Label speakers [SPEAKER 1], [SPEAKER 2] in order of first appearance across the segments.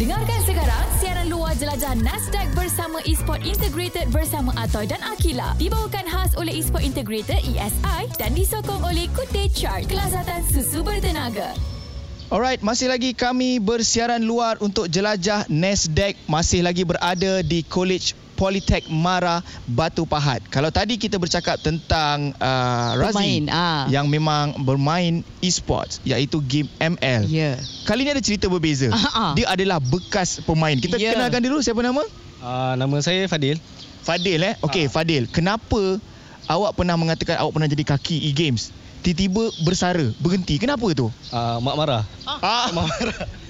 [SPEAKER 1] Dengarkan sekarang siaran luar jelajah Nasdaq bersama Esport Integrated bersama Atoy dan Akila. Dibawakan khas oleh Esport Integrated ESI dan disokong oleh Kutai Chart, kelazatan susu bertenaga.
[SPEAKER 2] Alright, masih lagi kami bersiaran luar untuk jelajah Nasdaq masih lagi berada di College Politek Mara Batu Pahat. Kalau tadi kita bercakap tentang uh,
[SPEAKER 3] Bermain,
[SPEAKER 2] Razi
[SPEAKER 3] ah.
[SPEAKER 2] yang memang bermain e-sports iaitu game ML.
[SPEAKER 3] Ya.
[SPEAKER 2] Kali ni ada cerita berbeza.
[SPEAKER 3] Ah, ah.
[SPEAKER 2] Dia adalah bekas pemain. Kita
[SPEAKER 3] Ya.
[SPEAKER 2] kenalkan dulu siapa nama?
[SPEAKER 4] Uh, nama saya Fadil.
[SPEAKER 2] Fadil eh.
[SPEAKER 4] Ah.
[SPEAKER 2] Okey, Fadil, kenapa awak pernah mengatakan awak pernah jadi kaki e-games? Tiba-tiba bersara, berhenti. Kenapa tu?
[SPEAKER 4] Uh, Mak Mara.
[SPEAKER 2] Ah,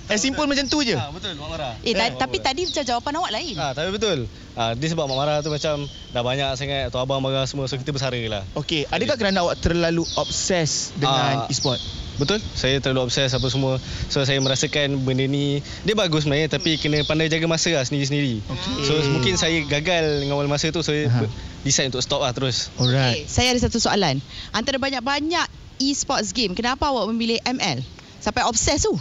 [SPEAKER 2] as simple macam tu je.
[SPEAKER 4] Ah, betul Mak Mara.
[SPEAKER 3] Eh, ta- tapi
[SPEAKER 4] tak.
[SPEAKER 3] tadi macam jawapan awak lain.
[SPEAKER 4] Ah, tapi betul. Ah, dia sebab Mak Mara tu macam dah banyak sangat tu abang marah semua so kita bersara lah.
[SPEAKER 2] Okey, adakah kerana awak terlalu obses dengan
[SPEAKER 4] Ah.
[SPEAKER 2] e-sport?
[SPEAKER 4] Betul? Saya terlalu obses apa semua. So saya merasakan benda ni dia bagus sebenarnya tapi kena pandai jaga masa lah sendiri-sendiri.
[SPEAKER 2] Okey.
[SPEAKER 4] So mungkin saya gagal ngawal masa tu so saya
[SPEAKER 2] Aha.
[SPEAKER 4] ber- decide untuk stop lah terus.
[SPEAKER 2] Alright.
[SPEAKER 3] Okay, Eh, saya ada satu soalan. Antara banyak-banyak e-sports game, kenapa awak memilih ML? Sampai obses tu.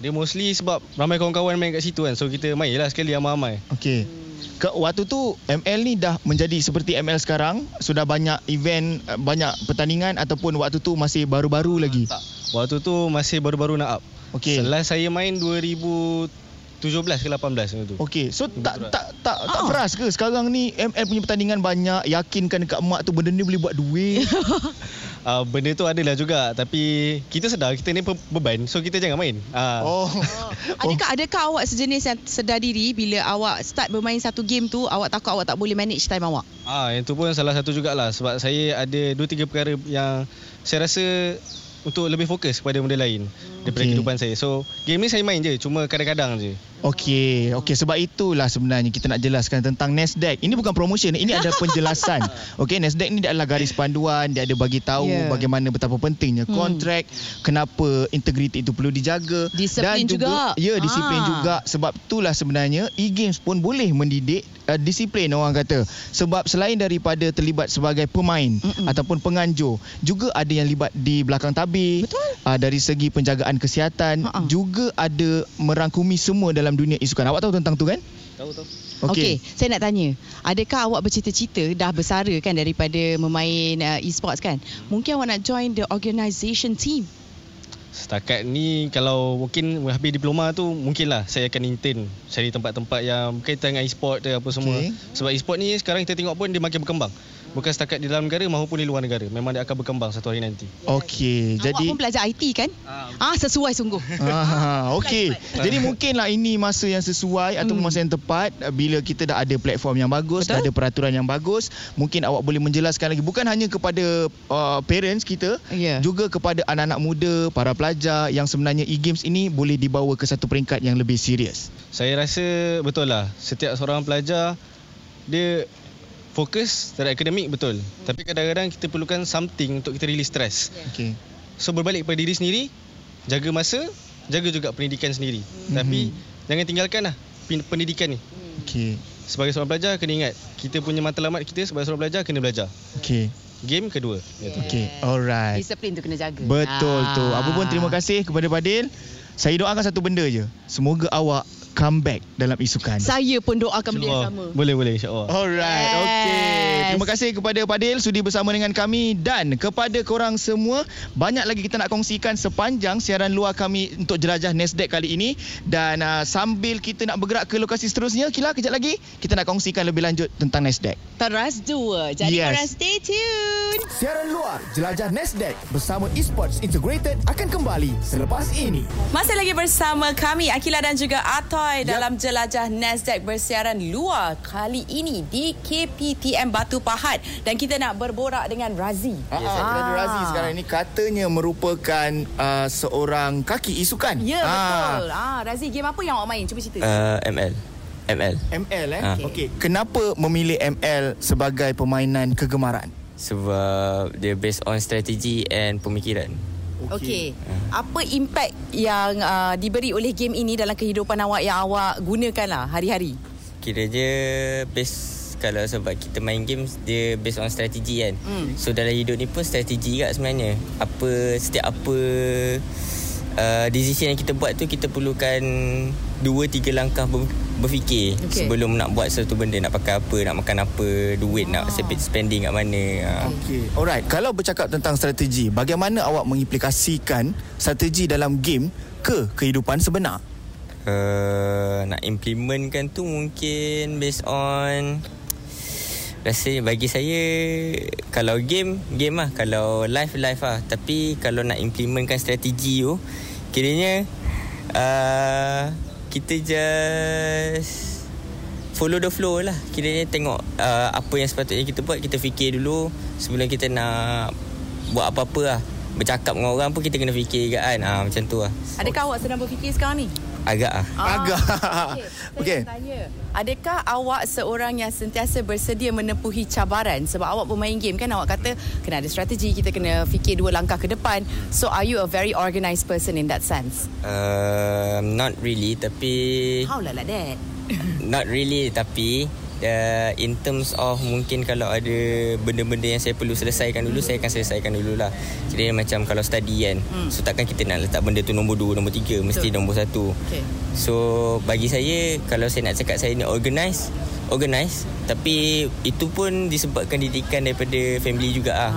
[SPEAKER 4] Dia mostly sebab ramai kawan-kawan main kat situ kan. So kita main lah sekali ramai-ramai.
[SPEAKER 2] Okey. Ke waktu tu ML ni dah menjadi seperti ML sekarang, sudah banyak event, eh, banyak pertandingan ataupun waktu tu masih baru-baru lagi.
[SPEAKER 4] Tak. Waktu tu masih baru-baru nak up.
[SPEAKER 2] Okey.
[SPEAKER 4] Last saya main 2017 ke 18 macam tu.
[SPEAKER 2] Okey, so tak
[SPEAKER 4] Betul.
[SPEAKER 2] tak tak tak
[SPEAKER 3] Ah.
[SPEAKER 2] peras ke sekarang ni ML punya pertandingan banyak, yakinkan dekat mak tu benda ni boleh buat duit.
[SPEAKER 4] Uh, benda tu adalah juga tapi kita sedar kita ni pe- beban so kita jangan main. Uh,
[SPEAKER 2] oh.
[SPEAKER 3] Adakah adakah awak sejenis yang sedar diri bila awak start bermain satu game tu, awak takut awak tak boleh manage time awak?
[SPEAKER 4] Ah yang tu pun salah satu jugalah sebab saya ada dua tiga perkara yang saya rasa untuk lebih fokus kepada benda lain daripada
[SPEAKER 2] Okey.
[SPEAKER 4] kehidupan saya. So game ni saya main je cuma kadang-kadang je.
[SPEAKER 2] Okey, okey sebab itulah sebenarnya kita nak jelaskan tentang Nasdaq. Ini bukan promotion, ini adalah penjelasan. Okey, Nasdaq ni dia adalah garis panduan, dia ada bagi tahu
[SPEAKER 3] Ya.
[SPEAKER 2] bagaimana betapa pentingnya
[SPEAKER 3] Hmm.
[SPEAKER 2] kontrak, kenapa integriti itu perlu dijaga
[SPEAKER 3] Disiplin
[SPEAKER 2] dan juga,
[SPEAKER 3] juga.
[SPEAKER 2] ya disiplin
[SPEAKER 3] Ah.
[SPEAKER 2] juga sebab itulah sebenarnya e-games pun boleh mendidik uh, disiplin orang kata. Sebab selain daripada terlibat sebagai pemain
[SPEAKER 3] Mm-mm.
[SPEAKER 2] ataupun penganjur, juga ada yang libat di belakang tabir.
[SPEAKER 3] Betul.
[SPEAKER 2] Uh, dari segi penjagaan kesihatan
[SPEAKER 3] Ha-ha.
[SPEAKER 2] juga ada merangkumi semua dalam dunia isukan. Awak tahu tentang tu kan?
[SPEAKER 4] Tahu tahu.
[SPEAKER 3] Okey, okay, saya nak tanya. Adakah awak bercita-cita dah bersara kan daripada memain uh, e-sports kan? Mungkin awak nak join the organisation team.
[SPEAKER 4] Setakat ni kalau mungkin habis diploma tu mungkinlah saya akan intern cari tempat-tempat yang berkaitan dengan e-sport ke apa semua.
[SPEAKER 2] Okey.
[SPEAKER 4] Okay. Sebab e-sport ni sekarang kita tengok pun dia makin berkembang. Bukan setakat di dalam negara maupun di luar negara. Memang dia akan berkembang satu hari nanti.
[SPEAKER 3] Jadi,
[SPEAKER 2] Okey,
[SPEAKER 3] awak
[SPEAKER 2] jadi
[SPEAKER 3] pun belajar IT kan? Ah, sesuai sungguh.
[SPEAKER 2] Ah, okey.
[SPEAKER 4] Tepat.
[SPEAKER 2] Jadi mungkinlah ini masa yang sesuai atau
[SPEAKER 3] Hmm.
[SPEAKER 2] masa yang tepat uh, bila kita dah ada platform yang bagus,
[SPEAKER 3] Betul.
[SPEAKER 2] dah ada peraturan yang bagus, mungkin awak boleh menjelaskan lagi bukan hanya kepada uh, parents kita
[SPEAKER 3] Ya.
[SPEAKER 2] juga kepada anak-anak muda, para pelajar yang sebenarnya e-games ini boleh dibawa ke satu peringkat yang lebih serius.
[SPEAKER 4] Saya rasa betul lah setiap seorang pelajar dia fokus terhadap akademik betul. Tapi kadang-kadang kita perlukan something untuk kita release stress.
[SPEAKER 2] Okey.
[SPEAKER 4] So berbalik kepada diri sendiri, jaga masa, jaga juga pendidikan sendiri.
[SPEAKER 2] Mhm.
[SPEAKER 4] Tapi jangan tinggalkan lah pen- pendidikan ni.
[SPEAKER 2] Okey.
[SPEAKER 4] Sebagai seorang pelajar kena ingat kita punya matlamat kita sebagai seorang pelajar kena belajar.
[SPEAKER 2] Okey.
[SPEAKER 4] Game kedua. Yeah.
[SPEAKER 2] Okey. Alright.
[SPEAKER 3] Disiplin tu kena jaga.
[SPEAKER 2] Betul
[SPEAKER 3] Ah.
[SPEAKER 2] tu. Apa pun terima kasih kepada Fadil. Saya doakan satu benda je. Semoga awak comeback dalam isukan.
[SPEAKER 3] Saya pun doakan benda yang sama.
[SPEAKER 4] Boleh boleh insya-Allah.
[SPEAKER 2] Alright, yes.
[SPEAKER 3] Yes.
[SPEAKER 2] okay. Terima kasih kepada Padil sudi bersama dengan kami dan kepada korang semua banyak lagi kita nak kongsikan sepanjang siaran luar kami untuk jelajah Nasdaq kali ini dan uh, sambil kita nak bergerak ke lokasi seterusnya, Kila kejap lagi kita nak kongsikan lebih lanjut tentang Nasdaq.
[SPEAKER 3] Teras dua. Jadi
[SPEAKER 2] Yes.
[SPEAKER 3] yes. korang stay tune.
[SPEAKER 5] Siaran luar Jelajah Nasdaq bersama Esports Integrated akan kembali selepas ini.
[SPEAKER 6] Masih lagi bersama kami Akila dan juga Atoy dalam jelajah Nasdaq bersiaran luar kali ini di KPTM Batu Pahat dan kita nak berborak dengan Razi. Ah.
[SPEAKER 2] Ya, saya kira ada Razi sekarang ini katanya merupakan uh, seorang kaki isukan.
[SPEAKER 6] Ya betul. Ah Razi game apa yang awak main? Cuba cerita. Uh.
[SPEAKER 7] Uh, ML. ML.
[SPEAKER 2] ML eh.
[SPEAKER 7] Ah.
[SPEAKER 2] Okey. Okay. Kenapa memilih ML sebagai permainan kegemaran?
[SPEAKER 7] Sebab dia based on strategi and pemikiran.
[SPEAKER 6] Okey. Apa impact yang uh, diberi oleh game ini dalam kehidupan awak yang awak gunakanlah hari-hari?
[SPEAKER 7] Kira je based kalau sebab kita main games dia based on strategi kan. Mm. So dalam hidup ni pun strategi juga sebenarnya. Apa setiap apa uh, decision yang kita buat tu kita perlukan dua tiga langkah ber, berfikir
[SPEAKER 6] Okey.
[SPEAKER 7] okay. sebelum nak buat satu benda nak pakai apa nak makan apa duit nak sep- spending kat mana uh.
[SPEAKER 2] Okey.
[SPEAKER 5] Alright, kalau bercakap tentang strategi, bagaimana awak mengimplikasikan strategi dalam game ke kehidupan sebenar?
[SPEAKER 7] uh, nak implementkan tu mungkin based on Rasanya bagi saya Kalau game Game lah Kalau live Live lah Tapi kalau nak implementkan strategi tu Kiranya uh, Kita just Follow the flow lah Kiranya tengok uh, Apa yang sepatutnya kita buat Kita fikir dulu Sebelum kita nak Buat apa-apa lah Bercakap dengan orang pun Kita kena fikir juga kan ha, Macam tu lah
[SPEAKER 6] Adakah awak sedang berfikir sekarang ni?
[SPEAKER 7] Agak lah
[SPEAKER 3] Ah,
[SPEAKER 5] Agak. Okey.
[SPEAKER 6] Ah, Okey. saya nak tanya, Adakah awak seorang yang sentiasa bersedia menempuhi cabaran sebab awak bermain game kan awak kata kena ada strategi, kita kena fikir dua langkah ke depan. So are you a very organised person in that sense?
[SPEAKER 7] Uh, not really tapi Eh.
[SPEAKER 6] How lah like that?
[SPEAKER 7] not really tapi uh, in terms of mungkin kalau ada benda-benda yang saya perlu selesaikan dulu saya akan selesaikan dululah. Jadi macam kalau study kan. Hmm. So takkan kita nak letak benda tu nombor 2, nombor 3, mesti
[SPEAKER 6] Betul.
[SPEAKER 7] nombor 1.
[SPEAKER 6] Okey.
[SPEAKER 7] So bagi saya kalau saya nak cakap saya ni organize organize tapi itu pun disebabkan didikan daripada family juga ah.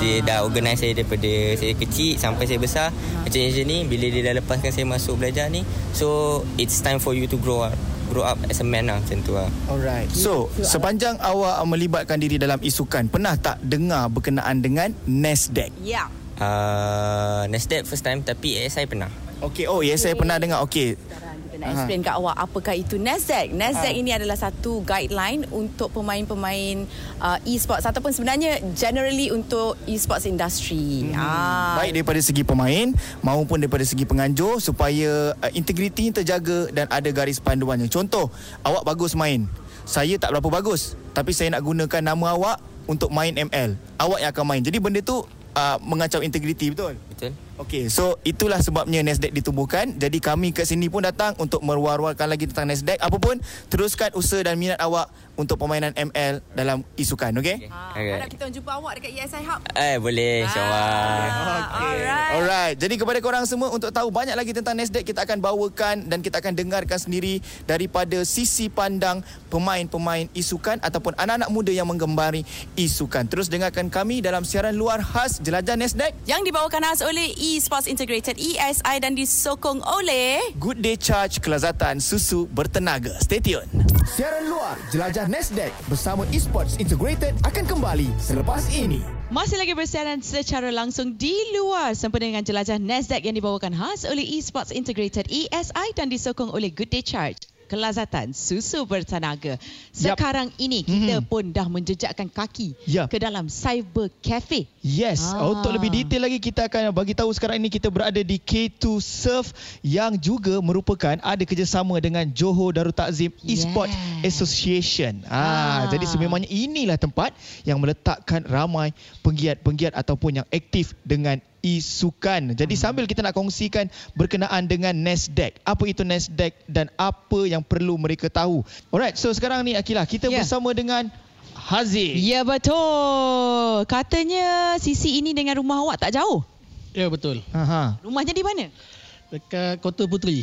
[SPEAKER 7] Dia dah organize saya daripada saya kecil sampai saya besar.
[SPEAKER 6] Ah.
[SPEAKER 7] Macam macam ni bila dia dah lepaskan saya masuk belajar ni so it's time for you to grow up grow up as a man lah macam tu lah.
[SPEAKER 5] Alright. So, sepanjang awak melibatkan diri dalam isukan, pernah tak dengar berkenaan dengan Nasdaq?
[SPEAKER 6] Yeah.
[SPEAKER 7] Uh, Nasdaq first time tapi ASI pernah.
[SPEAKER 5] Okey, oh yes saya pernah dengar. Okey.
[SPEAKER 6] Kita nak explain kat awak apakah itu NASDAQ. NASDAQ ini adalah satu guideline untuk pemain-pemain uh, e-sports ataupun sebenarnya generally untuk e-sports industry. Ah.
[SPEAKER 5] Baik daripada segi pemain maupun daripada segi penganjur supaya uh, integriti terjaga dan ada garis panduannya. Contoh, awak bagus main. Saya tak berapa bagus, tapi saya nak gunakan nama awak untuk main ML. Awak yang akan main. Jadi benda tu uh, mengacau integriti betul?
[SPEAKER 7] Betul?
[SPEAKER 5] Okey, so itulah sebabnya Nasdaq ditubuhkan. Jadi kami kat sini pun datang untuk meruar-ruarkan lagi tentang Nasdaq. Apa pun, teruskan usaha dan minat awak untuk permainan ML dalam isukan, okey?
[SPEAKER 6] Ah,
[SPEAKER 7] Alright.
[SPEAKER 6] Harap kita jumpa awak dekat ESI Hub.
[SPEAKER 7] Eh boleh insyaAllah.
[SPEAKER 6] Alright.
[SPEAKER 5] Alright, jadi kepada korang semua untuk tahu banyak lagi tentang Nasdaq kita akan bawakan dan kita akan dengarkan sendiri daripada sisi pandang pemain-pemain isukan ataupun anak-anak muda yang menggembari isukan. Terus dengarkan kami dalam siaran luar khas Jelajah Nasdaq
[SPEAKER 6] Yang dibawakan khas oleh eSports Integrated ESI dan disokong oleh
[SPEAKER 5] Good Day Charge Kelazatan Susu Bertenaga. Stay tune. Siaran luar Jelajah Nasdaq bersama Esports Integrated akan kembali selepas ini.
[SPEAKER 3] Masih lagi bersiaran secara langsung di luar sempena dengan jelajah Nasdaq yang dibawakan khas oleh Esports Integrated ESI dan disokong oleh Good Day Charge. Kelazatan susu bertenaga. Sekarang ini kita
[SPEAKER 2] Mhm.
[SPEAKER 3] pun dah menjejakkan kaki
[SPEAKER 2] Yap.
[SPEAKER 3] ke dalam Cyber Cafe.
[SPEAKER 2] Yes,
[SPEAKER 3] Ah.
[SPEAKER 2] ah. untuk lebih detail lagi kita akan bagi tahu sekarang ini kita berada di K2 Surf yang juga merupakan ada kerjasama dengan Johor Darul Takzim Esport
[SPEAKER 3] Yeah.
[SPEAKER 2] Association.
[SPEAKER 3] Ah.
[SPEAKER 2] Ah, jadi sememangnya inilah tempat yang meletakkan ramai penggiat-penggiat ataupun yang aktif dengan isukan. Jadi sambil kita nak kongsikan berkenaan dengan Nasdaq. Apa itu Nasdaq dan apa yang perlu mereka tahu. Alright, so sekarang ni Akilah kita
[SPEAKER 3] Yeah.
[SPEAKER 2] bersama dengan Haziq.
[SPEAKER 3] Ya betul. Katanya sisi ini dengan rumah awak tak jauh.
[SPEAKER 8] Ya betul.
[SPEAKER 2] Aha.
[SPEAKER 3] Rumahnya di mana?
[SPEAKER 8] Dekat Kota Puteri.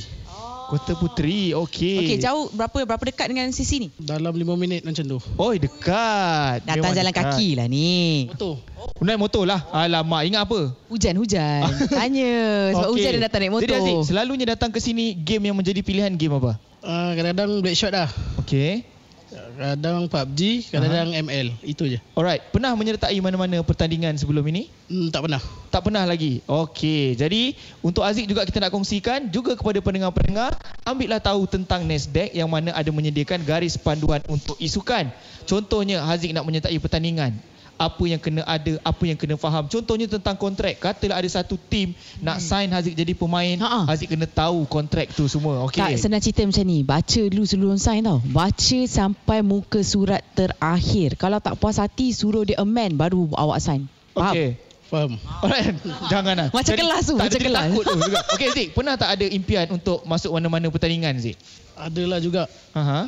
[SPEAKER 2] Kota Puteri. Okey.
[SPEAKER 3] Oh. Okey, jauh berapa berapa dekat dengan sisi ni?
[SPEAKER 8] Dalam 5 minit macam tu.
[SPEAKER 2] Oi dekat.
[SPEAKER 3] Datang jalan kaki lah ni.
[SPEAKER 8] Motor.
[SPEAKER 2] Naik motor lah. Alamak, ingat apa?
[SPEAKER 3] Hujan-hujan. Tanya Eh, sebab
[SPEAKER 2] Okey.
[SPEAKER 3] hujan dia datang naik motor.
[SPEAKER 2] Jadi Aziz, selalunya datang ke sini game yang menjadi pilihan game apa?
[SPEAKER 8] Uh, kadang-kadang Black Shot dah.
[SPEAKER 2] Okey.
[SPEAKER 8] Kadang PUBG, kadang-kadang ML. Itu je.
[SPEAKER 2] Alright, pernah menyertai mana-mana pertandingan sebelum ini?
[SPEAKER 8] Hmm, tak pernah.
[SPEAKER 2] Tak pernah lagi. Okey. Jadi untuk Aziz juga kita nak kongsikan juga kepada pendengar-pendengar, ambillah tahu tentang Nasdaq yang mana ada menyediakan garis panduan untuk isukan. Contohnya Aziz nak menyertai pertandingan. Apa yang kena ada, apa yang kena faham. Contohnya tentang kontrak. Katalah ada satu tim nak
[SPEAKER 8] Hmm.
[SPEAKER 2] sign Haziq jadi pemain.
[SPEAKER 3] Ha-ha.
[SPEAKER 2] Haziq kena tahu kontrak tu semua. Okey.
[SPEAKER 3] Tak senang cerita macam ni. Baca dulu sebelum sign tau. Baca sampai muka surat terakhir. Kalau tak puas hati suruh dia amend baru awak sign. Faham? Okay.
[SPEAKER 2] Okey.
[SPEAKER 8] Faham.
[SPEAKER 2] Alright, jangan lah.
[SPEAKER 3] Macam kelas tu,
[SPEAKER 2] tak
[SPEAKER 3] macam
[SPEAKER 2] ada
[SPEAKER 3] kelas.
[SPEAKER 2] Takut tu juga. Okey Zik, pernah tak ada impian untuk masuk mana-mana pertandingan Zik?
[SPEAKER 8] Adalah juga.
[SPEAKER 2] Aha.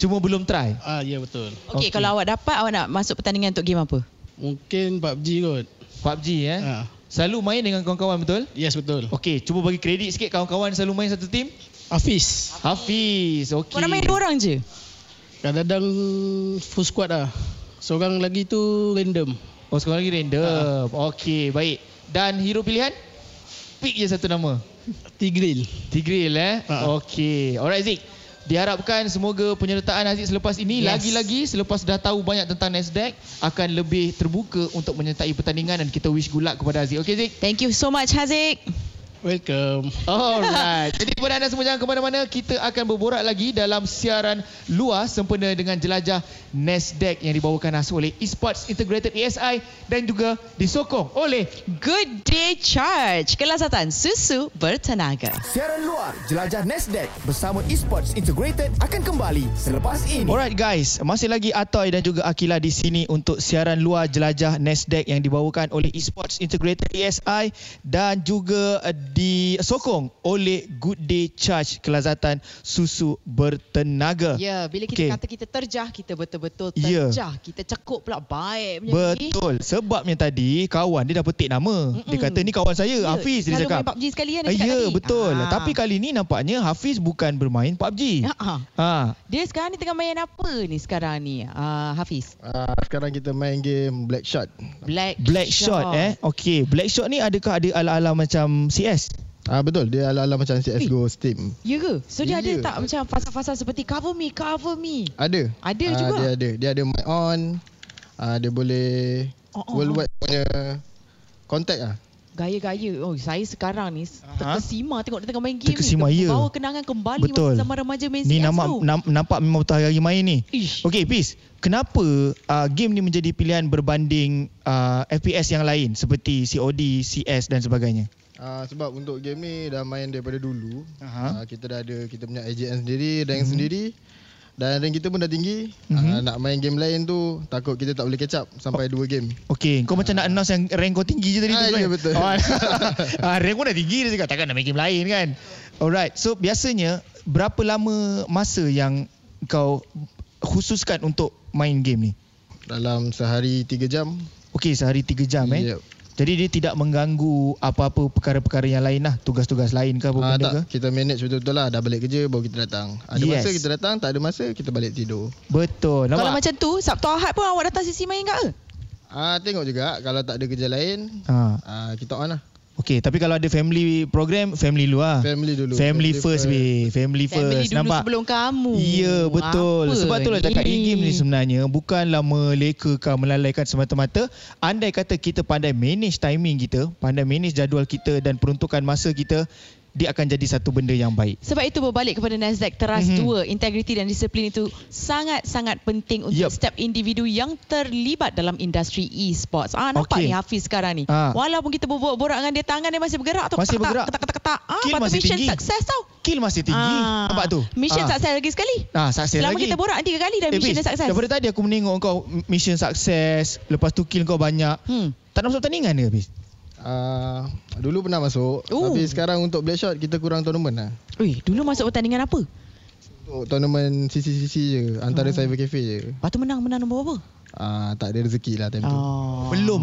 [SPEAKER 2] Cuma belum try.
[SPEAKER 8] Ah, ya betul.
[SPEAKER 3] Okey, okay.
[SPEAKER 2] Okey.
[SPEAKER 3] kalau awak dapat awak nak masuk pertandingan untuk game apa?
[SPEAKER 8] Mungkin PUBG kot.
[SPEAKER 2] PUBG eh.
[SPEAKER 8] Ha.
[SPEAKER 2] Selalu main dengan kawan-kawan betul?
[SPEAKER 8] Yes betul.
[SPEAKER 2] Okey, cuba bagi kredit sikit kawan-kawan selalu main satu tim.
[SPEAKER 8] Hafiz.
[SPEAKER 2] Hafiz. Okey.
[SPEAKER 3] Korang main dua orang je?
[SPEAKER 8] Kadang-kadang full squad lah. Seorang lagi tu random. Ha.
[SPEAKER 2] Oh, sekarang lagi random. Okey, baik. Dan hero pilihan? Pick je satu nama.
[SPEAKER 8] Tigril.
[SPEAKER 2] Tigril eh.
[SPEAKER 8] Ha.
[SPEAKER 2] Okey. Alright Zik. Diharapkan semoga penyertaan Aziz selepas ini
[SPEAKER 8] Yes.
[SPEAKER 2] lagi-lagi selepas dah tahu banyak tentang Nasdaq akan lebih terbuka untuk menyertai pertandingan dan kita wish good luck kepada Aziz. Okey Zik.
[SPEAKER 3] Thank you so much Haziq.
[SPEAKER 8] Welcome.
[SPEAKER 2] Alright. Jadi kepada anda semua jangan ke mana-mana. Kita akan berborak lagi dalam siaran luar sempena dengan jelajah Nasdaq yang dibawakan khas oleh Esports Integrated ESI dan juga disokong oleh
[SPEAKER 3] Good Day Charge, kelasatan susu bertenaga.
[SPEAKER 5] Siaran luar Jelajah Nasdaq bersama Esports Integrated akan kembali selepas ini.
[SPEAKER 2] Alright guys, masih lagi Atoy dan juga Akila di sini untuk siaran luar jelajah Nasdaq yang dibawakan oleh Esports Integrated ESI dan juga eh, disokong oleh Good Day Charge Kelazatan Susu Bertenaga.
[SPEAKER 9] Ya, bila kita
[SPEAKER 2] Eh. Okey.
[SPEAKER 9] okay. kata kita terjah, kita betul-betul
[SPEAKER 2] Ya.
[SPEAKER 9] terjah. Kita cekup pula baik punya ni.
[SPEAKER 2] Betul. Sebabnya tadi kawan dia dah petik nama. Mm-mm. Dia kata ni kawan saya
[SPEAKER 9] Ya,
[SPEAKER 2] yeah. Hafiz dia
[SPEAKER 9] selalu
[SPEAKER 2] cakap.
[SPEAKER 9] main PUBG sekali kan dia
[SPEAKER 2] Ah,
[SPEAKER 9] cakap
[SPEAKER 2] Ya,
[SPEAKER 9] tadi.
[SPEAKER 2] betul.
[SPEAKER 9] Ah.
[SPEAKER 2] Tapi kali ni nampaknya Hafiz bukan bermain PUBG.
[SPEAKER 9] Ha-ha.
[SPEAKER 2] Ha.
[SPEAKER 9] Dia sekarang ni tengah main apa ni sekarang ni? Ah, Hafiz.
[SPEAKER 10] Uh, sekarang kita main game Black Shot.
[SPEAKER 9] Black,
[SPEAKER 2] Black Shot eh. Okey, Black Shot ni adakah ada ala-ala macam CS?
[SPEAKER 10] Ah uh, betul dia ala-ala macam CS:GO Steam.
[SPEAKER 9] Ya ke? So dia ada
[SPEAKER 10] Ya.
[SPEAKER 9] tak macam fasa-fasa seperti cover me, cover me.
[SPEAKER 10] Ada.
[SPEAKER 9] Ada
[SPEAKER 10] Ah,
[SPEAKER 9] juga?
[SPEAKER 10] Dia ada. Dia ada mic on. Ah uh, dia boleh
[SPEAKER 9] Oh, oh,
[SPEAKER 10] oh, oh, worldwide punya contact ah.
[SPEAKER 9] Gaya-gaya. Oh, saya sekarang ni terkesima tengok dia tengah main game
[SPEAKER 2] Terkesima,
[SPEAKER 9] ni.
[SPEAKER 2] ya.
[SPEAKER 9] Bawa kenangan kembali
[SPEAKER 2] Betul.
[SPEAKER 9] masa zaman remaja main
[SPEAKER 2] Ni
[SPEAKER 9] CS
[SPEAKER 2] nampak
[SPEAKER 9] tu.
[SPEAKER 2] nam, nampak memang betul hari-hari main ni.
[SPEAKER 9] Ish.
[SPEAKER 2] Okey, Peace. Kenapa uh, game ni menjadi pilihan berbanding uh, FPS yang lain seperti COD, CS dan sebagainya?
[SPEAKER 10] Uh, sebab untuk game ni dah main daripada dulu.
[SPEAKER 2] Aha.
[SPEAKER 10] Uh, kita dah ada kita punya AJN sendiri, rank mm-hmm. sendiri. Dan rank kita pun dah tinggi. Mm-hmm. Uh, nak main game lain tu takut kita tak boleh catch up sampai 2 oh. game.
[SPEAKER 2] Okey, kau macam nak announce yang rank kau tinggi je tadi tu.
[SPEAKER 10] Ah,
[SPEAKER 2] sebenarnya.
[SPEAKER 10] ya, betul.
[SPEAKER 2] Oh, ah, rank kau dah tinggi dia cakap takkan nak main game lain kan. Alright, so biasanya berapa lama masa yang kau khususkan untuk main game ni?
[SPEAKER 10] Dalam sehari 3 jam.
[SPEAKER 2] Okey, sehari 3 jam eh.
[SPEAKER 10] Yep.
[SPEAKER 2] Jadi dia tidak mengganggu apa-apa perkara-perkara yang lain lah, tugas-tugas lain ke apa
[SPEAKER 10] Ah,
[SPEAKER 2] benda
[SPEAKER 10] tak,
[SPEAKER 2] ke?
[SPEAKER 10] kita manage betul-betul lah. Dah balik kerja baru kita datang. Ada yes.
[SPEAKER 2] Yes.
[SPEAKER 10] masa kita datang, tak ada masa kita balik tidur.
[SPEAKER 2] Betul. Nampak?
[SPEAKER 3] Kalau macam tu, Sabtu Ahad pun awak datang sisi main tak ke?
[SPEAKER 10] Ah tengok juga kalau tak ada kerja lain
[SPEAKER 2] ha.
[SPEAKER 10] ah kita on lah.
[SPEAKER 2] Okey, tapi kalau ada family program, family dulu lah.
[SPEAKER 10] Family dulu.
[SPEAKER 2] Family, first, weh. Family,
[SPEAKER 9] Family dulu
[SPEAKER 2] first. Nampak?
[SPEAKER 9] sebelum kamu.
[SPEAKER 2] Ya betul
[SPEAKER 9] Apa
[SPEAKER 2] Sebab tu lah cakap E-game ni sebenarnya Bukanlah melekakan Melalaikan semata-mata Andai kata kita pandai manage timing kita Pandai manage jadual kita Dan peruntukan masa kita Dia akan jadi satu benda yang baik
[SPEAKER 3] Sebab itu berbalik kepada Nasdaq teras
[SPEAKER 2] Mhm.
[SPEAKER 3] mm-hmm. 2 integriti dan disiplin itu sangat-sangat penting untuk
[SPEAKER 2] Yup.
[SPEAKER 3] yep. setiap individu yang terlibat dalam industri e-sports. Ah nampak okay.
[SPEAKER 2] Okey.
[SPEAKER 3] ni Hafiz sekarang ni.
[SPEAKER 2] Ah.
[SPEAKER 3] Walaupun kita berborak-borak dengan dia tangan dia masih bergerak tu.
[SPEAKER 2] Masih bergerak.
[SPEAKER 3] Ketak-ketak. Ah
[SPEAKER 2] Skill
[SPEAKER 3] patut
[SPEAKER 2] masih
[SPEAKER 3] mission
[SPEAKER 2] tinggi.
[SPEAKER 3] success tau.
[SPEAKER 2] Kill masih tinggi
[SPEAKER 3] Ah.
[SPEAKER 2] Nampak tu
[SPEAKER 3] Mission
[SPEAKER 2] Ah.
[SPEAKER 3] success lagi sekali.
[SPEAKER 2] Ah, sukses
[SPEAKER 3] Selama
[SPEAKER 2] lagi.
[SPEAKER 3] kita borak tiga kali dah
[SPEAKER 2] Eh,
[SPEAKER 3] mission
[SPEAKER 2] Fiz,
[SPEAKER 3] dia success.
[SPEAKER 2] Daripada tadi aku menengok kau m- mission sukses, lepas tu kill kau banyak.
[SPEAKER 3] Hmm.
[SPEAKER 2] Tak nak masuk pertandingan ke, Bis?
[SPEAKER 10] Ah dulu pernah masuk
[SPEAKER 3] Ooh.
[SPEAKER 10] tapi sekarang untuk Black Shot kita kurang tournament lah.
[SPEAKER 3] Oh. Ui, dulu masuk pertandingan apa? Ah.
[SPEAKER 10] Untuk tournament CCCC je antara Cyber Cafe je.
[SPEAKER 3] Lepas tu menang menang nombor apa?
[SPEAKER 10] Ah tak ada rezeki lah time tu.
[SPEAKER 3] Oh.
[SPEAKER 2] Belum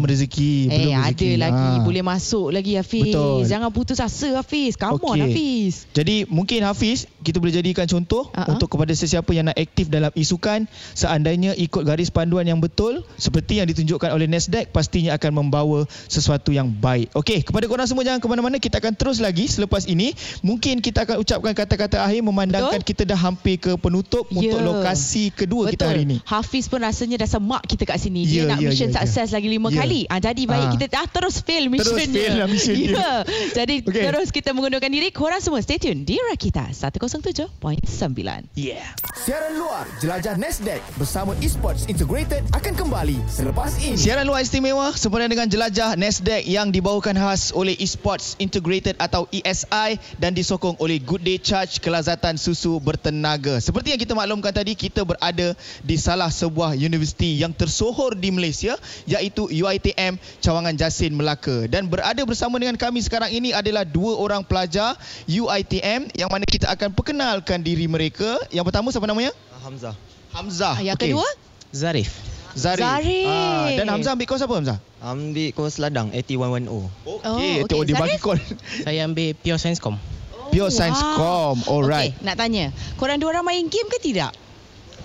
[SPEAKER 3] Eh
[SPEAKER 2] rezeki, belum
[SPEAKER 3] ada
[SPEAKER 2] rezeki.
[SPEAKER 3] lagi
[SPEAKER 2] Ah.
[SPEAKER 3] boleh masuk lagi Hafiz.
[SPEAKER 2] Betul.
[SPEAKER 3] Jangan putus asa Hafiz. Come okay. on
[SPEAKER 2] Okey.
[SPEAKER 3] Hafiz.
[SPEAKER 2] Jadi mungkin Hafiz kita boleh jadikan contoh
[SPEAKER 3] Ah, ah.
[SPEAKER 2] uh-huh. untuk kepada sesiapa yang nak aktif dalam isukan seandainya ikut garis panduan yang betul seperti yang ditunjukkan oleh Nasdaq pastinya akan membawa sesuatu yang baik. Okey, kepada korang semua jangan ke mana-mana kita akan terus lagi selepas ini mungkin kita akan ucapkan kata-kata akhir memandangkan betul? kita dah hampir ke penutup yeah. untuk
[SPEAKER 3] Ya.
[SPEAKER 2] lokasi kedua Betul. kita hari ini.
[SPEAKER 3] Hafiz pun rasanya dah semak kita kat sini. Dia
[SPEAKER 2] Ya,
[SPEAKER 3] nak
[SPEAKER 2] ya,
[SPEAKER 3] mission
[SPEAKER 2] ya, ya.
[SPEAKER 3] success lagi lima
[SPEAKER 2] Ya.
[SPEAKER 3] kali. Ah jadi baik
[SPEAKER 2] Ah.
[SPEAKER 3] kita dah terus fail
[SPEAKER 2] Terus
[SPEAKER 3] missionnya.
[SPEAKER 2] fail lah mission
[SPEAKER 3] ya.
[SPEAKER 2] dia.
[SPEAKER 3] Jadi
[SPEAKER 2] Okey.
[SPEAKER 3] okay. terus kita mengundurkan diri. Korang semua stay tune di Rakita 107.9.
[SPEAKER 2] Yeah.
[SPEAKER 5] Siaran luar Jelajah Nasdaq bersama Esports Integrated akan kembali selepas ini.
[SPEAKER 2] Siaran luar istimewa sempena dengan jelajah Nasdaq yang dibawakan khas oleh Esports Integrated atau ESI dan disokong oleh Good Day Charge Kelazatan Susu Bertenaga. Seperti yang kita maklumkan tadi, kita berada di salah sebuah universiti yang tersohor di Malaysia iaitu UiTM Cawangan Jasin Melaka. Dan berada bersama dengan kami sekarang ini adalah dua orang pelajar UiTM yang mana kita akan perkenalkan diri mereka. Yang pertama siapa namanya?
[SPEAKER 4] Hamzah.
[SPEAKER 2] Hamzah.
[SPEAKER 9] Yang
[SPEAKER 2] Okey.
[SPEAKER 9] kedua?
[SPEAKER 4] Zarif.
[SPEAKER 2] Zari.
[SPEAKER 3] Zari.
[SPEAKER 2] Ah, dan Hamzah ambil course apa Hamzah?
[SPEAKER 11] Ambil course ladang 8110.
[SPEAKER 2] Okey, oh, okay. dia bagi call. Oh,
[SPEAKER 11] Saya ambil Pure Science Com.
[SPEAKER 2] Pure Science
[SPEAKER 3] Oh, wow.
[SPEAKER 2] Com. Alright.
[SPEAKER 3] Nak tanya, korang dua orang main game ke tidak?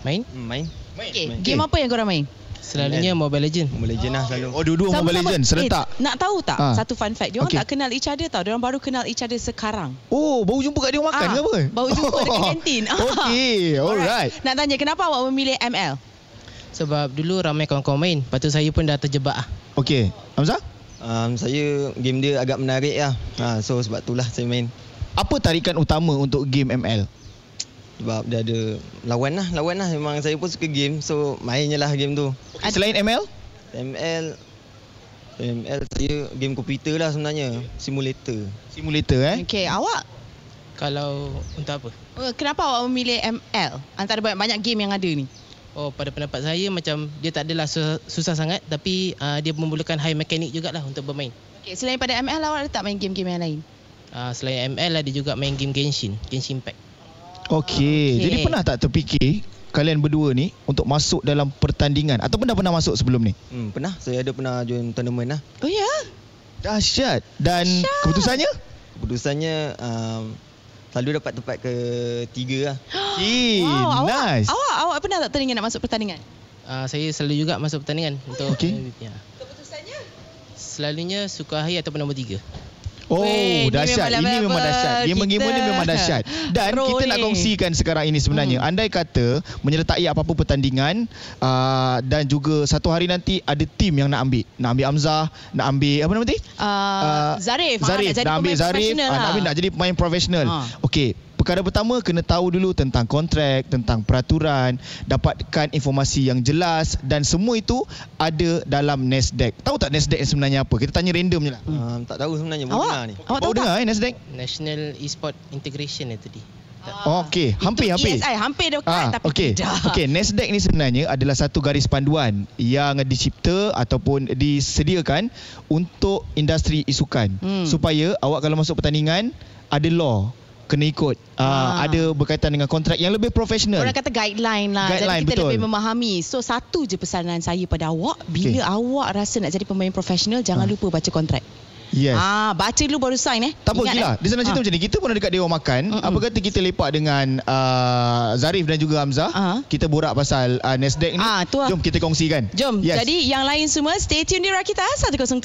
[SPEAKER 11] Main?
[SPEAKER 2] Hmm,
[SPEAKER 11] Main.
[SPEAKER 3] Okay.
[SPEAKER 11] Main.
[SPEAKER 3] Game apa yang korang main?
[SPEAKER 11] Selalunya Mobile Legend. Mobile Legend lah selalu.
[SPEAKER 2] Oh, dua-dua
[SPEAKER 3] Sama-sama-
[SPEAKER 2] Mobile Legends serentak.
[SPEAKER 3] Eh, nak tahu tak?
[SPEAKER 2] Ha.
[SPEAKER 3] Ha. Satu fun fact. Diorang
[SPEAKER 2] Okey.
[SPEAKER 3] okay. tak kenal each other tau. Diorang baru kenal each other sekarang.
[SPEAKER 2] Oh, baru jumpa kat dia makan
[SPEAKER 3] Ah,
[SPEAKER 2] ke apa?
[SPEAKER 3] Baru jumpa dekat kantin. Ah.
[SPEAKER 2] Okey, Eh. alright.
[SPEAKER 3] Nak tanya, kenapa awak memilih ML?
[SPEAKER 11] Sebab dulu ramai kawan-kawan main. Lepas tu saya pun dah terjebak lah.
[SPEAKER 2] Okey. Hamzah?
[SPEAKER 11] Um, saya game dia agak menarik lah. Ha, so sebab itulah saya main.
[SPEAKER 2] Apa tarikan utama untuk game ML?
[SPEAKER 11] Sebab dia ada lawan lah. Lawan lah. Memang saya pun suka game. So mainnya lah game tu.
[SPEAKER 2] Okay, selain ML?
[SPEAKER 11] ML ML saya game komputer lah sebenarnya. Simulator.
[SPEAKER 2] Simulator eh.
[SPEAKER 3] Okay, awak
[SPEAKER 11] Kalau untuk apa?
[SPEAKER 3] eh, kenapa awak memilih ML antara banyak-banyak game yang ada ni?
[SPEAKER 11] Oh pada pendapat saya macam dia tak adalah susah, susah sangat tapi uh, dia memerlukan high mechanic jugalah untuk bermain.
[SPEAKER 3] Okay, selain pada ML, awak ada tak main game-game yang lain?
[SPEAKER 11] Uh, selain ML ada juga main game Genshin, Genshin Impact.
[SPEAKER 2] Okey.
[SPEAKER 3] Okey.
[SPEAKER 2] Jadi pernah tak terfikir kalian berdua ni untuk masuk dalam pertandingan ataupun dah pernah masuk sebelum ni?
[SPEAKER 11] Hmm pernah saya ada pernah join tournament lah.
[SPEAKER 3] Oh ya? Yeah?
[SPEAKER 2] Dahsyat. Dan Syat. keputusannya?
[SPEAKER 11] Keputusannya um, selalu dapat tempat ketiga lah.
[SPEAKER 2] Hey, wow, Eh, nice.
[SPEAKER 3] Awak, awak, awak pernah tak teringin nak masuk pertandingan?
[SPEAKER 11] Uh, saya selalu juga masuk pertandingan untuk
[SPEAKER 2] Okey.
[SPEAKER 11] MVP. Ya. Selalunya Sukahai ataupun nombor tiga.
[SPEAKER 2] Oh,
[SPEAKER 3] Weh, ni
[SPEAKER 2] dahsyat.
[SPEAKER 3] memang
[SPEAKER 2] Ini memang
[SPEAKER 3] level
[SPEAKER 2] dahsyat. Game
[SPEAKER 3] kita.
[SPEAKER 2] game ni memang dahsyat. Dan
[SPEAKER 3] Pro
[SPEAKER 2] kita nak
[SPEAKER 3] ni.
[SPEAKER 2] kongsikan sekarang ini sebenarnya. Hmm. Andai kata menyertai apa-apa pertandingan uh, dan juga satu hari nanti ada tim yang nak ambil. Nak ambil Amzah, nak ambil apa nama tadi?
[SPEAKER 3] Uh,
[SPEAKER 2] Ah,
[SPEAKER 3] Zarif. Ah,
[SPEAKER 2] Zarif. nak ambil
[SPEAKER 3] pemain
[SPEAKER 2] Zarif.
[SPEAKER 3] professional
[SPEAKER 2] ah, nak
[SPEAKER 3] lah.
[SPEAKER 2] ambil nak jadi pemain profesional.
[SPEAKER 3] Ah.
[SPEAKER 2] Okey. Perkara pertama kena tahu dulu tentang kontrak, tentang peraturan, dapatkan informasi yang jelas dan semua itu ada dalam Nasdaq. Tahu tak Nasdaq yang sebenarnya apa? Kita tanya random je lah.
[SPEAKER 11] Um, tak tahu sebenarnya
[SPEAKER 3] Awak, awak tahu
[SPEAKER 2] Baru
[SPEAKER 3] tak?
[SPEAKER 2] dengar eh Nasdaq?
[SPEAKER 11] National Esport Integration ni tadi.
[SPEAKER 2] Oh, okey, hampir
[SPEAKER 3] Ah. Itu E
[SPEAKER 2] hampir.
[SPEAKER 3] ESI, eh, hampir dekat Ah, tapi
[SPEAKER 2] Ah, okey.
[SPEAKER 3] tidak.
[SPEAKER 2] Okey, Nasdaq ni sebenarnya adalah satu garis panduan yang dicipta ataupun disediakan untuk industri isukan
[SPEAKER 3] Hmm.
[SPEAKER 2] supaya awak kalau masuk pertandingan ada law kena ikut
[SPEAKER 3] Ah.
[SPEAKER 2] ah. ada berkaitan dengan kontrak yang lebih profesional.
[SPEAKER 3] Orang kata guideline lah.
[SPEAKER 2] Guideline,
[SPEAKER 3] Jadi kita
[SPEAKER 2] betul.
[SPEAKER 3] lebih memahami. So satu je pesanan saya pada awak. Bila
[SPEAKER 2] Okey. Ah.
[SPEAKER 3] awak rasa nak jadi pemain profesional, jangan lupa baca kontrak.
[SPEAKER 2] Yes.
[SPEAKER 3] Ah, baca dulu baru sign eh.
[SPEAKER 2] Tak apa
[SPEAKER 3] Ingat,
[SPEAKER 2] gila.
[SPEAKER 3] eh.
[SPEAKER 2] Di sana cerita
[SPEAKER 3] Ah.
[SPEAKER 2] macam ni. Kita pernah dekat Dewan Makan.
[SPEAKER 3] Mm-mm.
[SPEAKER 2] Apa kata kita lepak dengan uh, Zarif dan juga Hamzah.
[SPEAKER 3] Ah.
[SPEAKER 2] Kita borak pasal uh, Nasdaq ni.
[SPEAKER 3] Ah, tu lah.
[SPEAKER 2] Jom kita kongsikan.
[SPEAKER 3] Jom.
[SPEAKER 2] Yes.
[SPEAKER 3] Jadi yang lain semua stay tune di Rakita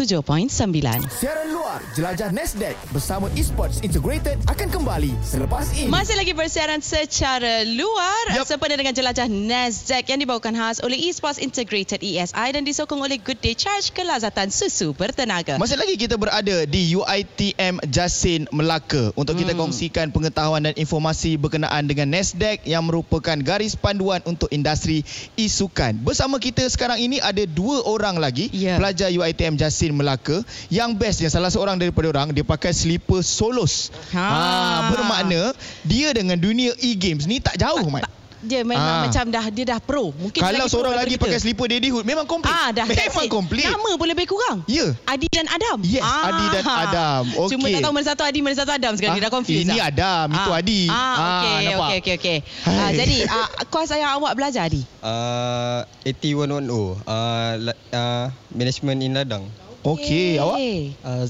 [SPEAKER 3] 107.9.
[SPEAKER 5] Siaran luar jelajah Nasdaq bersama Esports Integrated akan kembali selepas ini.
[SPEAKER 3] Masih lagi bersiaran secara luar yep. sempena dengan jelajah Nasdaq yang dibawakan khas oleh Esports Integrated ESI dan disokong oleh Good Day Charge kelazatan susu bertenaga.
[SPEAKER 2] Masih lagi kita berada di UiTM Jasin Melaka untuk kita kongsikan pengetahuan dan informasi berkenaan dengan Nasdaq yang merupakan garis panduan untuk industri isukan. Bersama kita sekarang ini ada dua orang lagi
[SPEAKER 3] Ya.
[SPEAKER 2] pelajar UiTM Jasin Melaka yang bestnya salah seorang daripada orang dia pakai slipper Solos.
[SPEAKER 3] Ha.
[SPEAKER 2] Ha, bermakna dia dengan dunia e-games ni tak jauh Mat.
[SPEAKER 3] dia memang
[SPEAKER 2] Ah.
[SPEAKER 3] macam dah dia dah pro. Mungkin dia
[SPEAKER 2] Kalau
[SPEAKER 3] lagi pro
[SPEAKER 2] seorang
[SPEAKER 3] daripada
[SPEAKER 2] lagi
[SPEAKER 3] kita.
[SPEAKER 2] pakai slipper Daddy Hood memang komplit.
[SPEAKER 3] Ah dah that's
[SPEAKER 2] memang
[SPEAKER 3] it.
[SPEAKER 2] komplit.
[SPEAKER 3] Nama pun lebih kurang.
[SPEAKER 2] Ya.
[SPEAKER 3] Adi dan Adam.
[SPEAKER 2] Yes,
[SPEAKER 3] ah.
[SPEAKER 2] Adi dan Adam.
[SPEAKER 3] Cuma
[SPEAKER 2] Okey.
[SPEAKER 3] tak tahu mana satu Adi, mana satu Adam sekarang.
[SPEAKER 2] Ah,
[SPEAKER 3] dia dah confused.
[SPEAKER 2] Ini
[SPEAKER 3] dah.
[SPEAKER 2] Adam, itu Adi.
[SPEAKER 3] Ah, okey,
[SPEAKER 2] nampak?
[SPEAKER 3] okey, okey, okey. Ah,
[SPEAKER 2] Hai.
[SPEAKER 3] jadi, ah, kos yang awak belajar, Adi?
[SPEAKER 11] Uh, 8110 uh, uh, Management in Ladang.
[SPEAKER 2] Okey, awak?
[SPEAKER 11] Uh,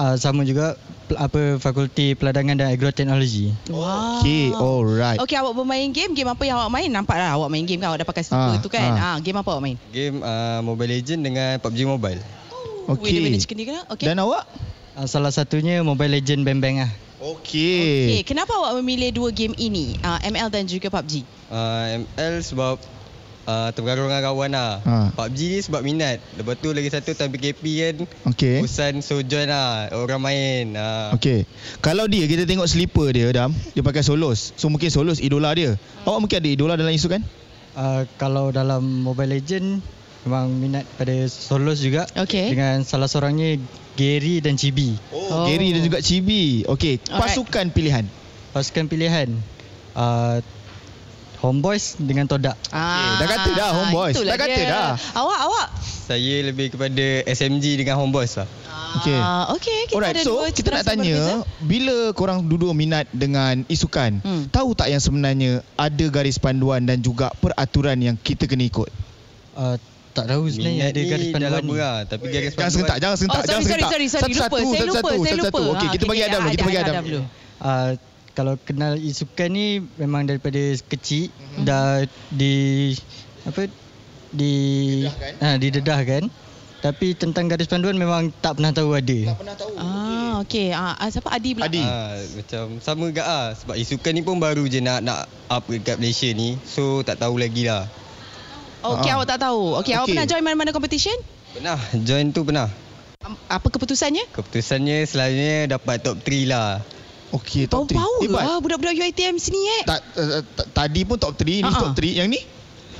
[SPEAKER 11] uh, sama juga pel- apa Fakulti Peladangan dan Agroteknologi.
[SPEAKER 3] Wow.
[SPEAKER 2] Okey, alright.
[SPEAKER 3] Okey, awak bermain game. Game apa yang awak main? Nampaklah awak main game kan. Awak dah pakai slipper
[SPEAKER 2] Ah,
[SPEAKER 3] tu kan. Ah.
[SPEAKER 2] ah.
[SPEAKER 3] game apa awak main?
[SPEAKER 11] Game uh, Mobile Legend dengan PUBG Mobile.
[SPEAKER 3] Oh, Wait a
[SPEAKER 2] Okey.
[SPEAKER 3] minute, chicken dinner. Okey.
[SPEAKER 2] Dan awak?
[SPEAKER 11] Uh, salah satunya Mobile Legend Bang Bang ah.
[SPEAKER 2] Okey.
[SPEAKER 3] Okey, kenapa awak memilih dua game ini? Ah, ML dan juga PUBG.
[SPEAKER 11] Uh, ML sebab uh, terpengaruh dengan kawan lah.
[SPEAKER 2] Ha.
[SPEAKER 11] PUBG ni sebab minat. Lepas tu lagi satu time PKP kan.
[SPEAKER 2] Okey.
[SPEAKER 11] Usan so join lah. Orang main. Uh.
[SPEAKER 2] Okey. Kalau dia kita tengok slipper dia Dam, dia pakai Solos. So mungkin Solos idola dia. Awak mungkin ada idola dalam isu kan?
[SPEAKER 11] Uh, kalau dalam Mobile Legend memang minat pada Solos juga.
[SPEAKER 3] Okey.
[SPEAKER 11] Dengan salah seorangnya Gary dan Chibi.
[SPEAKER 3] Oh.
[SPEAKER 2] Gary dan juga Chibi. Okey,
[SPEAKER 3] Alright.
[SPEAKER 2] pasukan pilihan.
[SPEAKER 11] Pasukan pilihan. Uh, Homeboys dengan Todak.
[SPEAKER 3] Ah,
[SPEAKER 2] dah kata dah, homeboys.
[SPEAKER 3] itulah
[SPEAKER 2] Dah kata
[SPEAKER 3] dia.
[SPEAKER 2] dah.
[SPEAKER 3] Awak, awak.
[SPEAKER 11] Saya lebih kepada SMG dengan Homeboys lah.
[SPEAKER 2] Okey.
[SPEAKER 3] Ah, okey, kita ada
[SPEAKER 2] Alright, so
[SPEAKER 3] dua
[SPEAKER 2] kita nak
[SPEAKER 3] generasi
[SPEAKER 2] tanya bila korang dua-dua minat dengan isukan,
[SPEAKER 3] Hmm.
[SPEAKER 2] tahu tak yang
[SPEAKER 4] Ah,
[SPEAKER 2] sebenarnya ada garis panduan dan juga peraturan yang kita kena ikut?
[SPEAKER 11] Uh,
[SPEAKER 10] Tak tahu
[SPEAKER 4] Ni
[SPEAKER 10] sebenarnya.
[SPEAKER 4] ada garis panduan ni.
[SPEAKER 11] lah,
[SPEAKER 4] Tapi garis
[SPEAKER 2] Jangan sentak, jangan
[SPEAKER 3] Oh,
[SPEAKER 2] sentak,
[SPEAKER 3] sorry,
[SPEAKER 2] jangan
[SPEAKER 3] sorry,
[SPEAKER 2] sentak.
[SPEAKER 3] sorry, sorry.
[SPEAKER 2] Satu-satu,
[SPEAKER 3] Lupa, saya lupa,
[SPEAKER 2] satu-satu,
[SPEAKER 3] saya
[SPEAKER 2] satu-satu.
[SPEAKER 3] lupa.
[SPEAKER 2] Okey,
[SPEAKER 3] Ah,
[SPEAKER 2] kita
[SPEAKER 3] okey,
[SPEAKER 2] bagi
[SPEAKER 3] okey,
[SPEAKER 2] Adam dulu, kita
[SPEAKER 3] Adam,
[SPEAKER 2] bagi
[SPEAKER 3] Adam
[SPEAKER 2] Adam dulu.
[SPEAKER 3] dulu.
[SPEAKER 12] Uh, kalau kenal isukan ni memang daripada kecil
[SPEAKER 2] Mhm.
[SPEAKER 12] mm-hmm. dah di apa di ha, didedahkan. Tapi tentang garis panduan memang tak pernah tahu ada.
[SPEAKER 2] Pernah tahu.
[SPEAKER 3] Ah, okey. Ah, ah, siapa Adi pula?
[SPEAKER 4] Ah, macam sama gak
[SPEAKER 11] lah,
[SPEAKER 4] ah sebab isukan ni pun baru je nak nak up dekat Malaysia ni. So tak tahu lagi lah.
[SPEAKER 3] Okey,
[SPEAKER 4] Ah.
[SPEAKER 3] awak tak tahu. Okey, awak
[SPEAKER 4] Okey.
[SPEAKER 3] pernah join mana-mana competition?
[SPEAKER 4] Pernah join tu pernah.
[SPEAKER 3] Apa keputusannya?
[SPEAKER 4] Keputusannya selalunya dapat top 3 lah.
[SPEAKER 2] Okey,
[SPEAKER 3] top Power
[SPEAKER 2] Oh,
[SPEAKER 3] lah budak-budak UiTM sini eh.
[SPEAKER 2] Tak, eh, tak- tadi pun top 3, ni
[SPEAKER 3] Ah,
[SPEAKER 12] ah.
[SPEAKER 2] top 3. Yang ni?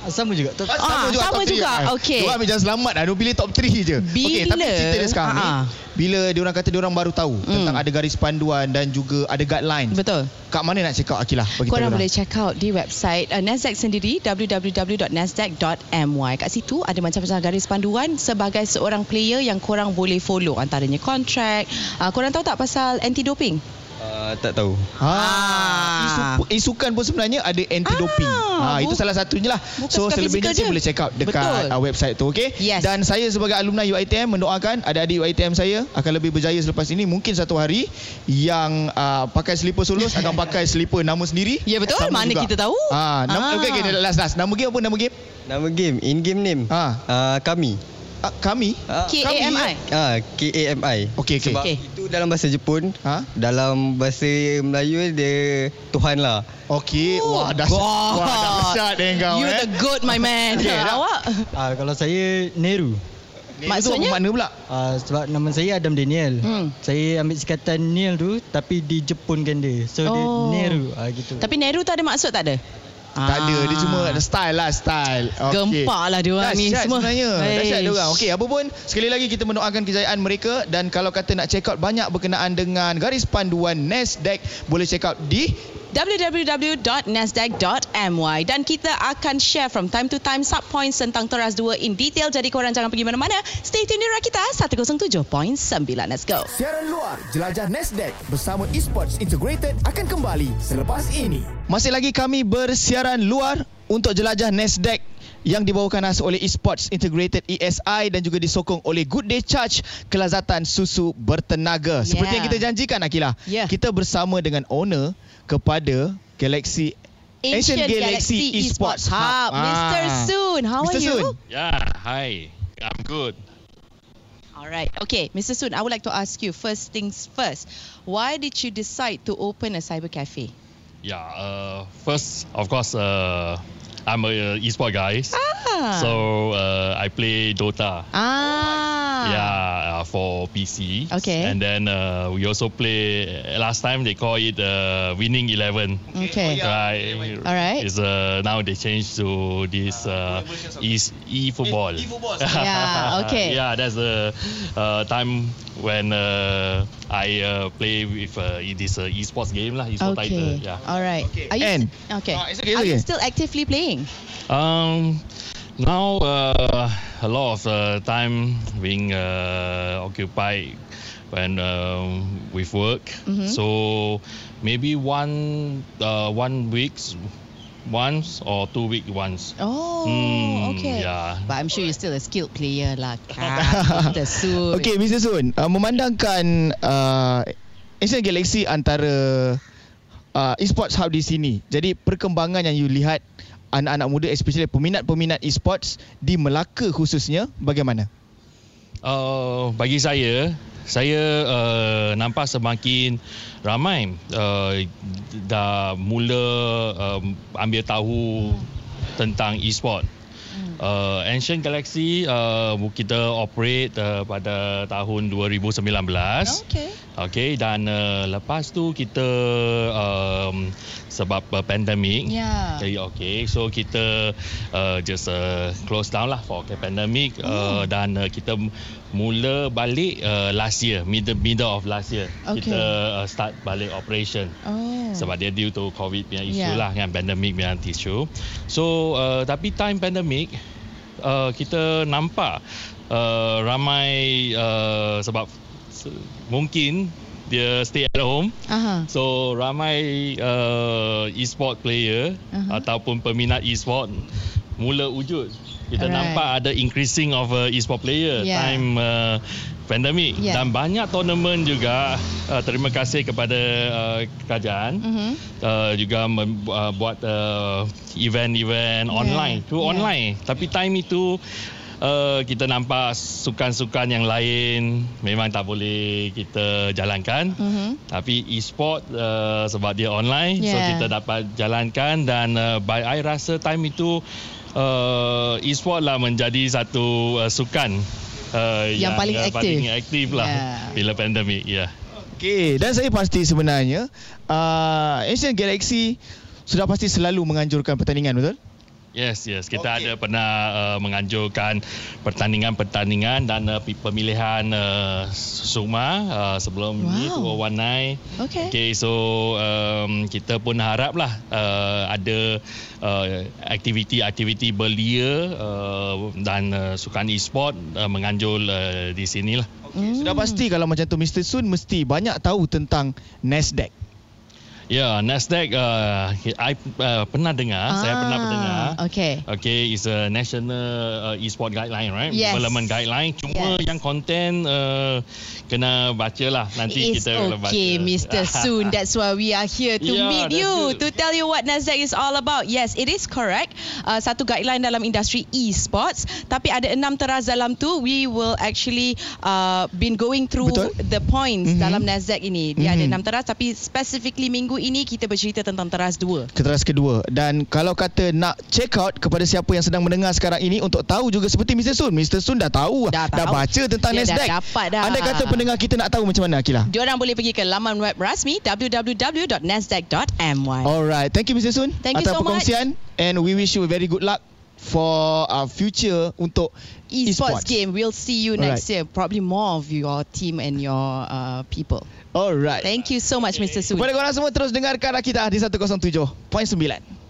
[SPEAKER 12] Sama juga.
[SPEAKER 2] Ah,
[SPEAKER 3] Ah, sama
[SPEAKER 2] top three
[SPEAKER 3] juga.
[SPEAKER 2] Ah,
[SPEAKER 3] Okey.
[SPEAKER 2] Diorang ambil jalan selamat lah. Dia pilih top 3 je. Okey, tapi
[SPEAKER 3] Bila-
[SPEAKER 2] cerita dia sekarang ni,
[SPEAKER 3] Ah. Hmm.
[SPEAKER 2] bila diorang kata diorang baru tahu tentang ada garis panduan dan juga ada guideline.
[SPEAKER 3] Betul.
[SPEAKER 2] Kat mana nak check out Akilah? Bagi tahu lah.
[SPEAKER 3] Korang
[SPEAKER 2] diorang.
[SPEAKER 3] boleh check out di website uh, Nasdaq sendiri www.nasdaq.my. Kat situ ada macam-macam garis panduan sebagai seorang player yang korang boleh follow antaranya kontrak. Uh, korang tahu tak pasal anti doping?
[SPEAKER 4] Ah, tak tahu.
[SPEAKER 2] Ha.
[SPEAKER 3] Ah.
[SPEAKER 2] Isu, isukan pun sebenarnya ada anti doping. Ah, ha itu salah satunya lah. So
[SPEAKER 3] sukan oh. fizikal
[SPEAKER 2] selebihnya saya
[SPEAKER 3] je.
[SPEAKER 2] boleh check out dekat
[SPEAKER 3] Betul.
[SPEAKER 2] uh, website tu okey.
[SPEAKER 3] Yes.
[SPEAKER 2] Dan saya sebagai alumni UiTM mendoakan adik-adik UiTM saya akan lebih berjaya selepas ini. Mungkin satu hari yang uh, pakai slipper solos akan pakai slipper nama sendiri.
[SPEAKER 3] Ya betul,
[SPEAKER 2] Sama
[SPEAKER 3] mana
[SPEAKER 2] juga.
[SPEAKER 3] kita tahu.
[SPEAKER 2] Ah, nama, okey okey last last. Nama game apa nama game?
[SPEAKER 4] Nama game, in game name.
[SPEAKER 2] Ha.
[SPEAKER 4] Uh, kami.
[SPEAKER 2] Uh, kami? eh?
[SPEAKER 4] Ah,
[SPEAKER 3] KAMI.
[SPEAKER 4] Ah, KAMI.
[SPEAKER 2] Okey
[SPEAKER 4] okey. Sebab
[SPEAKER 3] Okey.
[SPEAKER 4] itu dalam bahasa Jepun,
[SPEAKER 2] ha?
[SPEAKER 4] dalam bahasa Melayu dia Tuhan lah.
[SPEAKER 2] Okey, wah dahsyat. Wah dahsyat eh kau
[SPEAKER 3] You
[SPEAKER 2] eh.
[SPEAKER 3] the goat my man. Ha,
[SPEAKER 2] Okey, dah.
[SPEAKER 3] Awak
[SPEAKER 12] Ah, kalau saya Neru.
[SPEAKER 2] Ni Maksudnya? Tu apa makna pula?
[SPEAKER 12] Ah, sebab nama saya Adam Daniel.
[SPEAKER 3] Hmm.
[SPEAKER 12] Saya ambil sikatan Neil tu tapi di Jepun kan dia. So dia
[SPEAKER 3] Oh.
[SPEAKER 12] Neru ah gitu. Ah.
[SPEAKER 3] Tapi Neru tu ada maksud tak ada? Ah.
[SPEAKER 2] Tak ada Dia cuma style lah style okay.
[SPEAKER 3] Gempak lah diorang ni
[SPEAKER 2] Dahsyat
[SPEAKER 3] semua.
[SPEAKER 2] sebenarnya
[SPEAKER 3] Eish.
[SPEAKER 2] Dahsyat diorang Okey apa pun Sekali lagi kita mendoakan kejayaan mereka Dan kalau kata nak check out Banyak berkenaan dengan Garis panduan Nasdaq Boleh check out di
[SPEAKER 3] www.nasdaq.my dan kita akan share from time to time sub points tentang Teras 2 in detail jadi korang jangan pergi mana-mana stay tune di Rakita 107.9 let's go
[SPEAKER 5] Siaran luar Jelajah Nasdaq bersama Esports Integrated akan kembali selepas ini.
[SPEAKER 2] Masih lagi kami bersiaran luar Untuk jelajah Nasdaq yang dibawakan khas oleh Esports Integrated ESI dan juga disokong oleh Good Day Charge kelazatan susu bertenaga.
[SPEAKER 13] Yeah.
[SPEAKER 2] Seperti yang kita janjikan Akila.
[SPEAKER 13] Yeah.
[SPEAKER 2] Kita bersama dengan owner kepada Galaxy Asian, Galaxy, Esports Hub.
[SPEAKER 3] Mr.
[SPEAKER 2] Ah.
[SPEAKER 3] Soon how are
[SPEAKER 2] Mr.
[SPEAKER 3] you?
[SPEAKER 2] Soon.
[SPEAKER 14] Yeah, hi. I'm good.
[SPEAKER 3] Alright okay Mr. Soon I would like to ask you first things first why did you decide to open a cyber cafe?
[SPEAKER 14] Yeah, uh, first, of course, uh, I'm a uh, esport guy.
[SPEAKER 3] Ah.
[SPEAKER 14] So uh, I play Dota.
[SPEAKER 3] Ah.
[SPEAKER 14] Yeah, uh, for PC.
[SPEAKER 3] Okay.
[SPEAKER 14] And then uh, we also play, last time they call it uh, Winning Eleven.
[SPEAKER 3] Okay.
[SPEAKER 14] oh, Right.
[SPEAKER 3] All right.
[SPEAKER 14] It's, uh, now they change to this uh, is e-football. E-, E-football.
[SPEAKER 3] Yeah, okay.
[SPEAKER 14] yeah, that's the uh, time when uh, I uh, play with uh, it is a esports game lah, esports title.
[SPEAKER 3] okay
[SPEAKER 14] Yeah.
[SPEAKER 3] alright are you
[SPEAKER 14] And-
[SPEAKER 3] okay.
[SPEAKER 14] Ah, it's okay, it's
[SPEAKER 3] are you
[SPEAKER 14] okay.
[SPEAKER 3] still actively playing?
[SPEAKER 14] Um, now uh, a lot of uh, time being uh, occupied when um, with work.
[SPEAKER 3] Mm-hmm.
[SPEAKER 15] Mhm.
[SPEAKER 14] So maybe one uh, one weeks once or two week once.
[SPEAKER 3] Oh,
[SPEAKER 14] Hmm,
[SPEAKER 3] okay.
[SPEAKER 14] Yeah.
[SPEAKER 3] But I'm sure you're still a skilled player lah, kan?
[SPEAKER 2] Ah,
[SPEAKER 3] Mr. Soon.
[SPEAKER 2] Okey, Mr. Soon, uh, memandangkan uh, Asian Galaxy antara uh, esports hub di sini. Jadi perkembangan yang you lihat anak-anak muda especially peminat-peminat esports di Melaka khususnya bagaimana?
[SPEAKER 14] Uh, bagi saya, saya uh, nampak semakin ramai uh, dah mula um, ambil tahu tentang e-sport. Uh, Ancient Galaxy uh, kita operate uh, pada tahun 2019.
[SPEAKER 3] Okay.
[SPEAKER 14] Okay dan uh, lepas tu kita um, sebab uh, pandemik.
[SPEAKER 3] Yeah.
[SPEAKER 14] Okay, okay. So kita uh, just uh, close down lah for the pandemic uh, dan uh, kita mula balik uh, last year, middle middle of last year.
[SPEAKER 15] Okay.
[SPEAKER 14] Kita uh, start balik operation.
[SPEAKER 15] Oh.
[SPEAKER 14] Sebab dia due to COVID punya
[SPEAKER 15] Yeah.
[SPEAKER 14] isu lah kan pandemic punya isu. So uh, tapi time pandemic uh, kita nampak uh, ramai uh, sebab se- mungkin dia stay at home.
[SPEAKER 3] Aha.
[SPEAKER 14] So ramai uh, e-sport player
[SPEAKER 3] Aha.
[SPEAKER 14] ataupun peminat e-sport mula wujud. Kita
[SPEAKER 10] Alright.
[SPEAKER 14] nampak ada increasing of uh, e-sport player
[SPEAKER 10] Yeah.
[SPEAKER 14] time uh, pandemik
[SPEAKER 10] Yeah.
[SPEAKER 14] dan banyak tournament juga. Uh, terima kasih kepada uh, kerajaan
[SPEAKER 10] Mhm.
[SPEAKER 14] uh, juga mem, uh, buat uh, event-event
[SPEAKER 10] Yeah.
[SPEAKER 14] online tu
[SPEAKER 10] Yeah.
[SPEAKER 14] online tapi time itu uh, kita nampak sukan-sukan yang lain memang tak boleh kita jalankan
[SPEAKER 10] Mhm.
[SPEAKER 14] tapi e-sport uh, sebab dia online so
[SPEAKER 10] Yeah.
[SPEAKER 14] kita dapat jalankan dan uh, by I rasa time itu uh, e-sport lah menjadi satu uh, sukan uh,
[SPEAKER 2] Yang paling
[SPEAKER 14] uh,
[SPEAKER 2] aktif.
[SPEAKER 14] paling aktif lah
[SPEAKER 2] Yeah.
[SPEAKER 14] bila pandemik ya yeah.
[SPEAKER 2] Okey, dan saya pasti sebenarnya uh, Asian Galaxy sudah pasti selalu menganjurkan pertandingan, betul?
[SPEAKER 14] Yes, yes. Kita okay. ada pernah uh, menganjurkan pertandingan-pertandingan dan uh, pe- pemilihan uh, Suma uh, sebelum wow. ini
[SPEAKER 10] Wow.
[SPEAKER 14] 219.
[SPEAKER 10] Okay.
[SPEAKER 14] Okay, so um, kita pun haraplah uh, ada uh, aktiviti-aktiviti belia uh, dan uh, sukan e-sport uh, menganjur uh, di sinilah.
[SPEAKER 2] Okay, Sudah pasti kalau macam tu Mr. Sun mesti banyak tahu tentang Nasdaq.
[SPEAKER 14] Ya, yeah, Nasdaq uh, I uh, pernah dengar, ah, saya pernah dengar.
[SPEAKER 3] Okay.
[SPEAKER 14] Okay, it's a national uh, e-sport guideline, right?
[SPEAKER 3] Yes.
[SPEAKER 14] Development guideline. Cuma yes. yang konten uh, kena baca lah. Nanti
[SPEAKER 3] It's
[SPEAKER 14] kita kena baca.
[SPEAKER 3] okay, Mr. Soon. That's why we are here to
[SPEAKER 14] Yeah,
[SPEAKER 3] meet
[SPEAKER 14] that's
[SPEAKER 3] you,
[SPEAKER 14] good.
[SPEAKER 3] to tell you what NASDAQ is all about. Yes, it is correct. Uh, satu guideline dalam industri e-sports. Tapi ada enam teras dalam tu. We will actually uh, been going through Betul? the points mm-hmm. dalam NASDAQ ini. Dia mm-hmm. ada
[SPEAKER 2] Mhm.
[SPEAKER 3] enam teras tapi specifically minggu ini kita bercerita tentang teras dua.
[SPEAKER 2] Keteras kedua Dan kalau kata nak check out Kepada siapa yang sedang mendengar sekarang ini Untuk tahu juga seperti Mr. Sun Mr. Sun dah tahu Dah, dah
[SPEAKER 3] tahu.
[SPEAKER 2] baca tentang
[SPEAKER 3] Dia dah
[SPEAKER 2] Nasdaq
[SPEAKER 3] dapat dah.
[SPEAKER 2] Anda kata pendengar kita nak tahu macam mana Akila
[SPEAKER 3] Diorang boleh pergi ke laman web rasmi www.nasdaq.my.
[SPEAKER 2] Alright Thank you Mr. Sun
[SPEAKER 3] Thank you so
[SPEAKER 2] Atas
[SPEAKER 3] much.
[SPEAKER 2] perkongsian And we wish you very good luck For our future Untuk
[SPEAKER 3] Esports
[SPEAKER 2] e-sports,
[SPEAKER 3] game. We'll see you next year. Probably more of your team and your uh, people.
[SPEAKER 2] Alright
[SPEAKER 3] Thank you so much, Mr. Su.
[SPEAKER 2] Kepada korang semua terus dengarkan Rakitah di 107.9